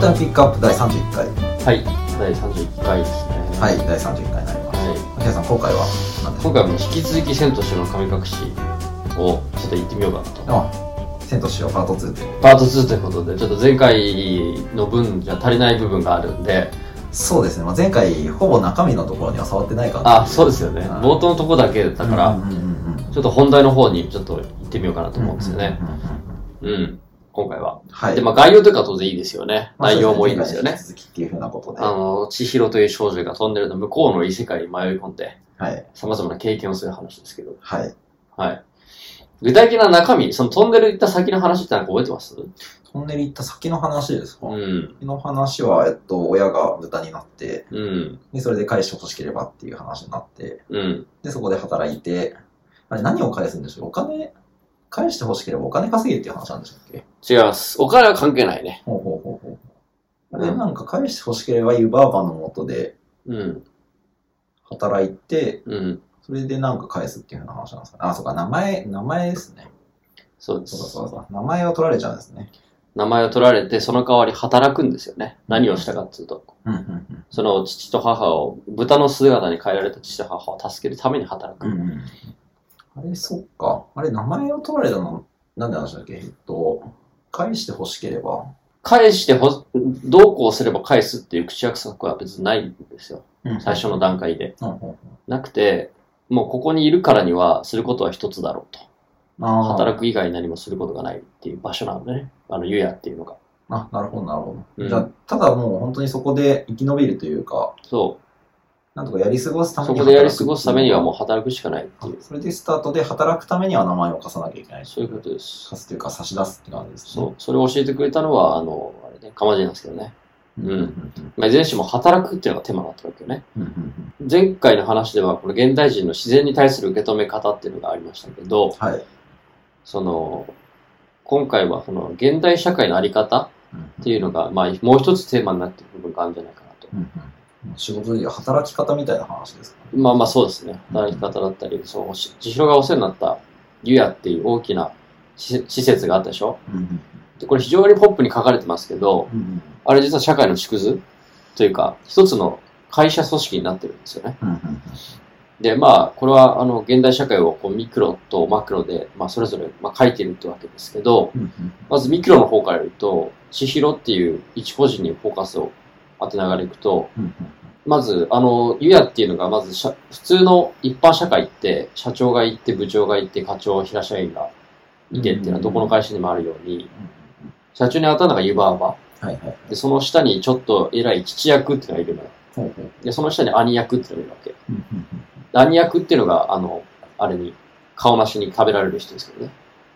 ターンピックアップ第31回はい、第31回ですね。はい第31回になりますはい秋田さん今回は何です今か回も引き続き千と千尋の神隠しをちょっと行ってみようかなと。あ千と千尋パート2でパート2ということで、ちょっと前回の分じゃ足りない部分があるんで、そうですね、まあ、前回ほぼ中身のところには触ってないかなあ、そうですよね。あ冒頭のとこだけだから、うんうんうんうんちょっと本題の方にちょっと行ってみようかなと思うんですよね。うんうんうんうん、今回は。はいで、まあ概要というか当然いいですよね。まあ内容もいいですよね前回に。引き続きっていうふうなことであの、千尋という少女がトンネルの向こうの異世界に迷い込んで、はい様々な経験をする話ですけど。はいはい。具体的な中身、そのトンネル行った先の話ってなんか覚えてますトンネル行った先の話ですか、うん。先の話は、えっと、親が豚になってうん。でそれで返してほしければっていう話になってうん。で、そこで働いて、あれ、何を返すんでしょうお金、返して欲しければお金稼げっていう話なんでしたっけ違います。お金は関係ないね。ほうほうほうほう。うで、んなんか返して欲しければ湯婆婆のもとでうん。働いて、うん。それでなんか返すっていうふうな話なんですかね。あ、そうか、名前、名前ですね。そうでそうだすそ。うだそうだ。名前を取られちゃうんですね。名前を取られて、その代わり働くんですよね。何をしたかっていうと、うんうんその父と母を、豚の姿に変えられた父と母を助けるために働うん。うく。んうん。あれ、そっか。あれ、名前を取られたの、なんでなんでしたっけえっと、返して欲しければ。返してほ、どうこうすれば返すっていう口約束は別にないんですよ。最初の段階で。うんうんうん。なくて、もうここにいるからには、することは一つだろうと。あー働く以外何もすることがないっていう場所なのでね、あの、湯屋っていうのが。あ、なるほど、なるほど。うんじゃあ、ただもう本当にそこで生き延びるというか、そなんとかやり過ごすう。ためそにこでやり過ごすためにはもう働くしかないっていうう。。それでスタートで働くためには名前を貸さなきゃいけないし、そういうことです。貸すというか差し出すって感じですそね。う。それを教えてくれたのは、あの、あれね、かまじなんですけどね。うんうんうんまあ、いずれにしても働くっていうのがテーマだったわけよね。うんうん前回の話では、この現代人の自然に対する受け止め方っていうのがありましたけど、はい。その、今回はその現代社会のあり方っていうのが、まあ、もう一つテーマになっている部分があるんじゃないかなと。うんうん仕事でいう働き方みたいな話ですかね。まあまあそうですね。働き方だったり、その、し千尋がお世話になった、湯屋っていう大きな施施設があったでしょうんうんでこれ非常にポップに書かれてますけど、うんあれ実は社会の縮図というか、一つの会社組織になってるんですよね。うんうんうんで、まあ、これは、あの、現代社会をこうミクロとマクロで、まあ、それぞれ、まあ、書いてるってわけですけど、うんうんまずミクロの方から言うと、千尋っていう一個人にフォーカスを当てながらいくと、うんうんまず、あの、ゆやっていうのが、まず社、普通の一般社会って、社長がいて、部長がいて、課長、平社員がいてっていうのは、どこの会社にもあるように、社長に当たるのが湯婆婆。はいはい。で、その下にちょっと偉い父役っていうのがいるのよ。ほうほうで、その下に兄役っていうのがいるわうんうんうんけ。兄役っていうのが、あの、あれに、顔なしに食べられる人ですけどね。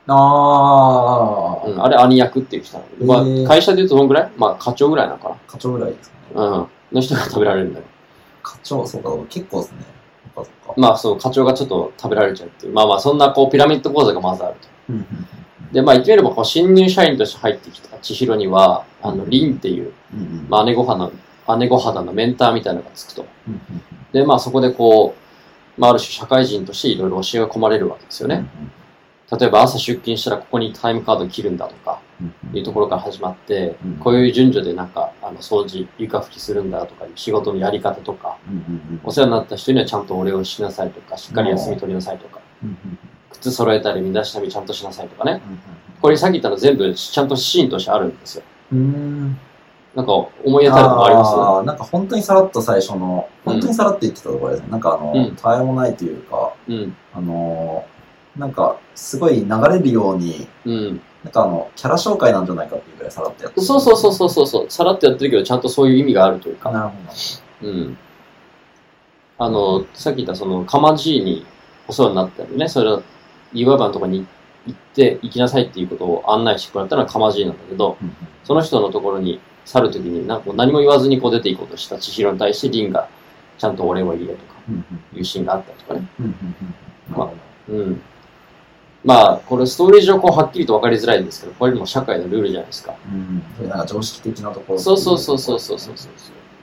あうー、ん、あれ兄役っていう人なのへよ。まーあ、会社で言うとどんぐらいまあ、課長ぐらいなのか課長ぐらいですかね。な。うん。の人が食べられるんだよ。課長、そうか、結構ですね。そっかそっか。まあ、そう、課長がちょっと食べられちゃうっていう。まあまあ、そんな、こう、ピラミッド構造がまずあると。うんうんで、まあ言ってみれば、こう、新入社員として入ってきた千尋には、あの、凛っていう、うんうんうんまあ姉御肌の、姉御肌のメンターみたいなのがつくと。うんうんうんで、まあそこでこう、まあある種社会人としていろいろ教えが込まれるわけですよね。。例えば朝出勤したらここにタイムカード切るんだとか、うんいうところから始まってうん、こういう順序でなんか、あの、掃除、床拭きするんだとかいう仕事のやり方とか、うんうんお世話になった人にはちゃんとお礼をしなさいとか、しっかり休み取りなさいとか、うんうんうん靴揃えたり身だしなみちゃんとしなさいとかね。ここれさっき言ったの全部ちゃんとシーンとしてあるんですよ。れ、うーん。なんか思い当たるとこありまあーなんか本当にさらっと最初の、本当にさらって言ってたところですね。なんかあの、うんたわいもないというか、すうん。あのーなんかすごい流れるように、うん。なんかあの、キャラ紹介なんじゃないかっていうぐらいさらってやってるそうそうそうそうそうそう。さらっとやってるけど、ちゃんとそういう意味があるというか。なるほど。うん。あの、さっき言ったその、かまじいにお世話になったりね、それを岩場のとこに行って行きなさいっていうことを案内してくれたのはかまじいなんだけど、うんその人のところに去るときに、なんかこう何も言わずにこう出ていこうとした千尋に対して、凛がちゃんとお礼を言えとか、うんいうシーンがあったりとかね。うんうんうんまあうん。まあ、これストーリー上こうはっきりと分かりづらいんですけど、これも社会のルールじゃないですか。うんそれなんか常識的なところ。そうそうそうそうそうそうそう。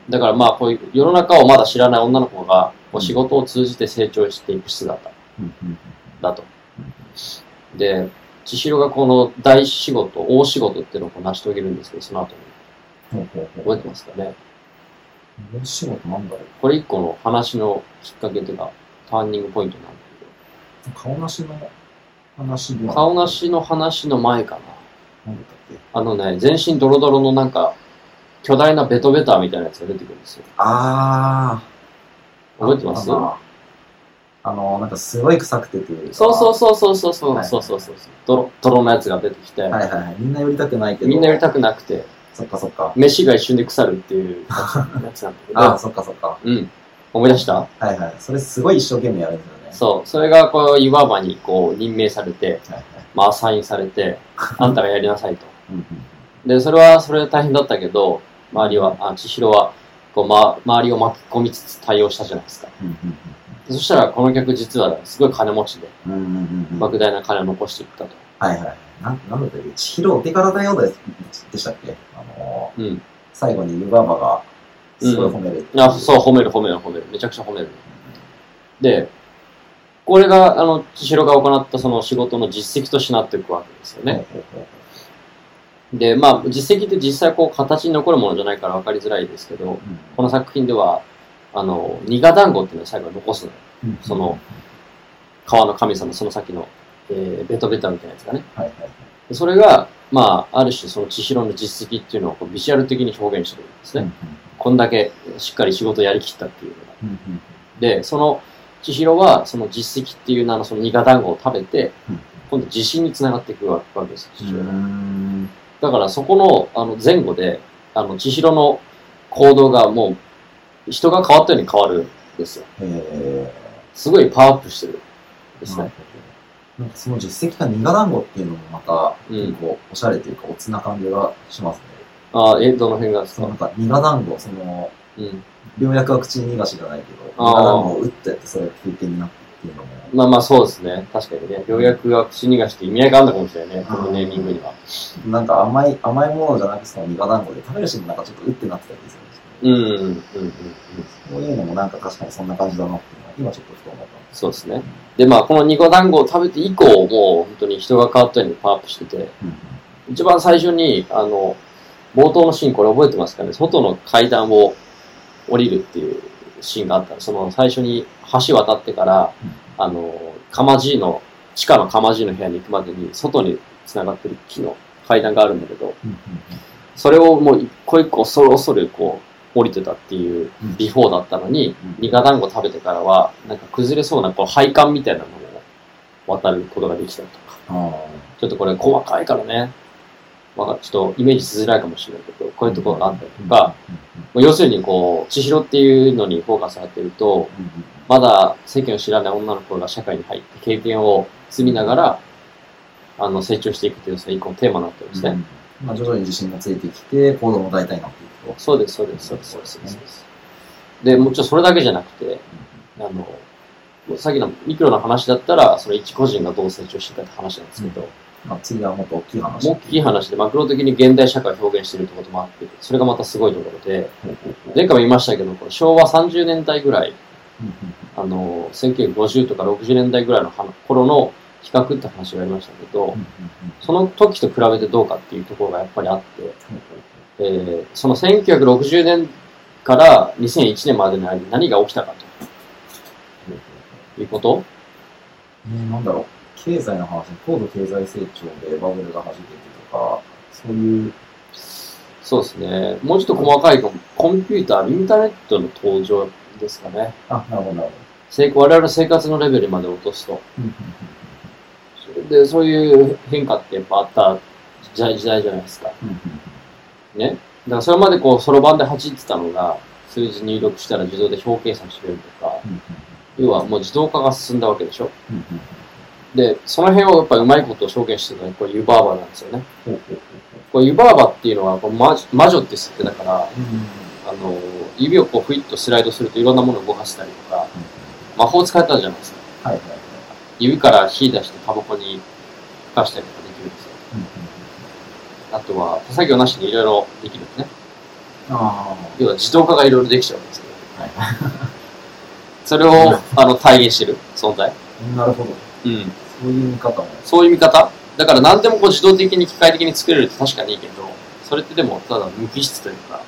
だからまあ、こういう世の中をまだ知らない女の子が、こう仕事を通じて成長していく姿うんうんだと。で、千尋がこの大仕事、大仕事っていうのをこう成し遂げるんですけど、その後に。ほうほうほ覚えう。てますかね。面白いことなんだろう。これ一個の話のきっかけというか、ターニングポイントなんだけ顔なしの話でど、は顔な。しの話の前かな。なんだったっけあのね、全身ドロドロのなんか、巨大なベトベターみたいなやつが出てくるんですよ。あー。覚えてますあのあの、なんかすごい臭くてっていうか。そうそうそうそうそうそう、はいそうそうそうそう。ドロドロのやつが出てきて、はいはいはい。みんな寄りたくないけど。みんなやりくたくなくて、そっかそっか。飯が一瞬で腐るっていうやつなんだけど、ああ、そっかそっか。うん。思い出したはいはい。それすごい一生懸命やるんだよね。そう。それが、こう、岩場に、こう、任命されて、はいはい。まあ、アサインされて、あんたがやりなさいと。うんうんで、それは、それで大変だったけど、周りは、あ、千尋は、こう、ま、周りを巻き込みつつ対応したじゃないですか。うんでそしたら、この客実は、すごい金持ちで、うんうんうんうんうん。莫大な金を残していったと。はいはい。なん、なんだったっけ千尋お手柄だよだでしたっけあのー、うん。最後に湯婆婆が、すごい褒めるっていあ、そう、褒める褒める褒める。めちゃくちゃ褒める。で、これが、あの、千尋が行ったその仕事の実績としてなっていくわけですようね。。ほうほうほで、まあ、実績って実際こう形に残るものじゃないから分かりづらいですけど、ううんこの作品では、あの、ニガ団子っていうのを最後に残すのよ。うんその、川の神様、その先の、えーベトベタみたいなやつがね。はいはいはい。でそれが、まあ、ある種その千尋の実績っていうのをこうビジュアル的に表現してるんですね。こんだけしっかり仕事をやりきったっていうのが。うんうんうんで、その千尋は、その実績っていう名のそのニガ団子を食べてうん、今度自信につながっていくわけですよ、千尋がうーんだからそこのあの前後で、あの、千尋の行動がもう、人が変わったように変わるんですよ。えすごいパワーアップしてるんでーすなるね。ほどなんかその実績が苦団子っていうのもまた、うん結構おしゃれというか、おつな感じがしますね。ああ、え、どの辺がですそのかなんか苦団子、その、うん。良薬は口に逃がしじゃないけど、苦あー団子を打ってやってそれが経験になってっていうのも、まあまあそうですね。確かにね。ようやくは口逃がして意味合いがあるのかもしれないね。このネーミングには。なんか甘い、甘いものじゃなくてその苦団子で食べるシーンもなんかちょっと打ってなってたりするんですけうど、ん、うん、うん、うそういん。うのもなんか確かにそんな感じだなっていうのは、今ちょっとふと思ったんですそうですね。で、まあ、このニコ団子を食べて以降、もう本当に人が変わったようにパワーアップしてて、うんうん一番最初に、あの、冒頭のシーン、これ覚えてますかね外の階段を降りるっていうシーンがあったのその最初に橋渡ってから、あの、かまじいの、地下のかまじいの部屋に行くまでに、外に繋がってる木の階段があるんだけど、うんうんそれをもう一個一個恐る恐るこう、降りてたっていううんビフォーだったのにうん、ニガ団子食べてからは、なんか崩れそうなこう配管みたいなのを渡ることができたりとか、あちょっとこれ細かいからね、わかちょっとイメージしづらいかもしれないけど、こういうところがあったりとか、ーもう要するにこう、千尋っていうのにフォーカスされてると、うんうんうんまだ世間を知らない女の子が社会に入って経験を積みながら、あの、成長していくという、その一個のテーマになってるんですね。うんまあ、徐々に自信もついてきて、行動も大体になっていくと。そうです、そうです、そうです、そうです。そうですで、もちろんそれだけじゃなくて、あの、もうさっきのミクロの話だったら、その一個人がどう成長していくかって話なんですけど、まあ、次はもっと大きい話。大きい話でマクロ的に現代社会を表現しているってこともあって、それがまたすごいところで、前回も言いましたけど、これ昭和30年代ぐらい、うんうんあの、1950とか60年代ぐらいのは頃の比較って話がありましたけどうんうん、その時と比べてどうかっていうところがやっぱりあって、えーその1960年から2001年までの間に何が起きたかということうんねなんだろう、経済の話、高度経済成長でバブルが始めてとか、そういう、そうですね。もうちょっと細かいかもコンピューター、インターネットの登場ですかね。あ、なるほど、なるほ成我々の生活のレベルまで落とすと。ど。それで、そういう変化ってやっぱあった時代時代じゃないですか。うんうんね。だからそれまでこう、そろばんで弾いてたのが、数字入力したら自動で表計算してくれるとか、うん要はもう自動化が進んだわけでしょ。うんうんうんで、その辺をやっぱりうまいことを証言してるのは、これ湯婆婆なんですよね。ほうほうほうこう湯婆婆っていうのはこう魔女魔女って設定だから、ほううんうんあの、指をこうフイッとスライドするといろんなものを動かしたりとか、魔法を使ったじゃないですか。はいはいはい。指から火出してタバコに吹かしたりとかできるんですよ。うんうんあとは手作業なしでいろいろできるんですね。あ要は自動化がいろいろできちゃうんですけど。はい それをあの体現してる存在。あ、なるほど。うん。そういう見方も。そういう見方だから何でもこう自動的に機械的に作れるって確かにいいけど、そそれってでも、ただ無機質というか、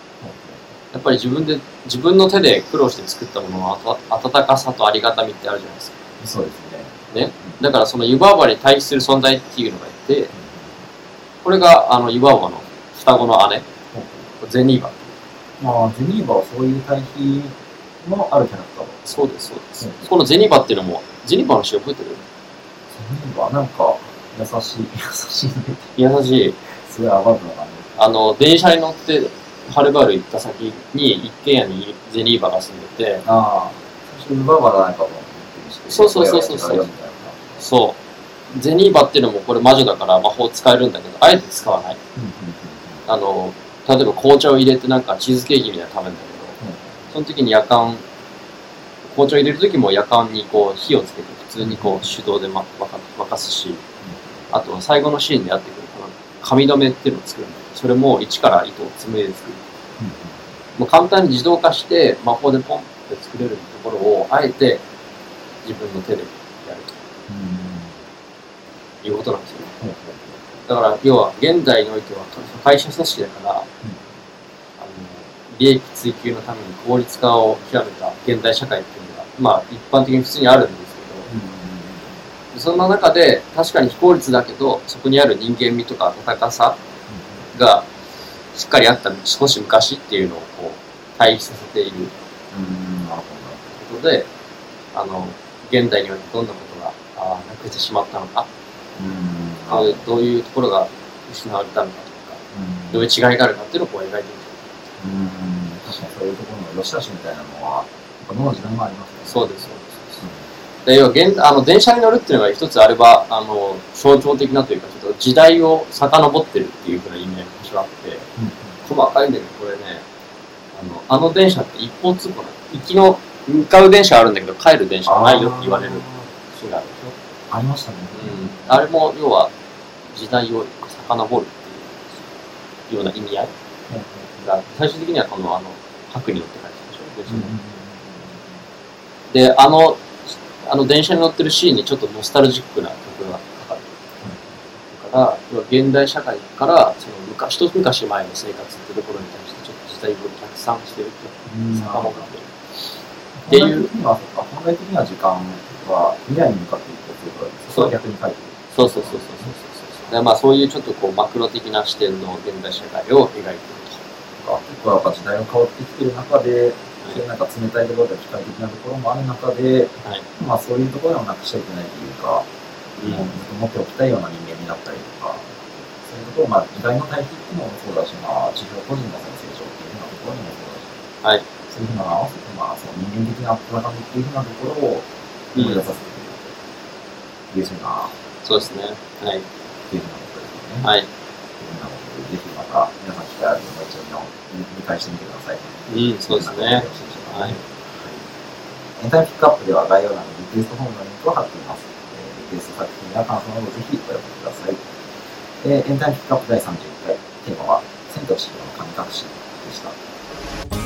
やっぱり自分で、自分の手で苦労して作ったもののあた温かさとありがたみってあるじゃないですか。そうですね。ねだからその湯婆婆に対比する存在っていうのがいて、これがあの湯婆婆の双子の姉、ゼニーバ。まあ、ジェニーバはそういう対比もあるキャラクターだそうです、そうです。うんこのゼニーバっていうのも、ゼニーバの詩を覚えてるジェニーバはなんか、優しい、優しいね。優しい、すごいアバズな感あの、電車に乗って、はるばる行った先に、一軒家にゼニーバが住んでて、じ。ああ。そして、バーバラなんかも、そうそうそうそうそうやるやつやるよそう、ゼニーバっていうのもこれ魔女だから魔法使えるんだけど、あえて使わない。みたいなうんうんあの、例えば紅茶を入れてなんかチーズケーキみたいなの食べるんだけうんど、うんその時に夜間、紅茶を入れる時も夜間にこう火をつけて普通にこう手動でま沸か沸かすし、あとは最後のシーンでやってくるこの紙留めっていうのを作るんだけど、それも一から糸を紡いで作る。うんうんもう簡単に自動化して魔法でポンって作れるところをあえて自分の手でやるうんということなんですよね。うんうんだから要は現代においては会社組織だから、あの利益追求のために効率化を極めた現代社会っていうのが、まあ一般的に普通にあるんですけど、そんな中で、確かに非効率だけど、そこにある人間味とか温かさが、しっかりあった、少し昔っていうのをこう、対比させているうんうんなるほことで、あの、現代においてどんなことが、あーなくしてしまったのか、どうんどういうどういうところが失われたのかとか、うんどういう違いがあるかっていうのをこう描いている。うん確かにそういうところの良し悪しみたいなのは、やっぱ脳の時間がありますね。そうです、そうです。で要は現あの電車に乗るっていうのが一つあればあの象徴的なというかちょっと時代を遡ってるっていうふうな意味合いが私はあってうん細かいんだけどこれねあのあの電車って一方通行なの行きの向かう電車はあるんだけど帰る電車はないよって言われるシーンがあるでしありましたね。ょ、うん、あれも要は時代を遡るっていうような意味合いが最終的にはこのあの白に乗って帰ってでしょ電車うのんで、あの、あの電車に乗ってるシーンにちょっとノスタルジックな曲がかかる。だから、要は現代社会から、その昔、一昔前の生活ってところに対して、ちょっと時代を逆算してるって、うん遡ってる。本来的には、そうか本来的には時間は未来に向かっていくということです。そう逆に書いてる。そうそうそうそうそうそうそう。でまあ、そういうちょっとこう、マクロ的な視点の現代社会を描いていなるんか結構やっぱ時代が変わってきてる中で、なんか冷たいところで機械的なところもある中で、はいまあそういうところでもなくしちゃいけないというか、と。うん。持っておきたいような人間になったりとか、そういうところ、まあ、意外の対比っていうのもそうだし、まあ、地方個人のその成長っていうふうなところにもそうだし、はいそういうふうなのを合わせて、まあ、その人間的な温かみっていうふうなところをうん思い出させてくれる、優秀な、そうですね。はい。優秀なことですよね。い。はい。いうふうなことで、ぜひまた、皆さん機会あるともう一度見見返してみてください。うん、そうですね。はい。エンタメピックアップでは概要欄にリクエストフォームのリンクを貼っています。えーリクエスト作品や感想などぜひお寄せください。えーエンタメピックアップ第31回、テーマは、千と千尋の神隠しでした。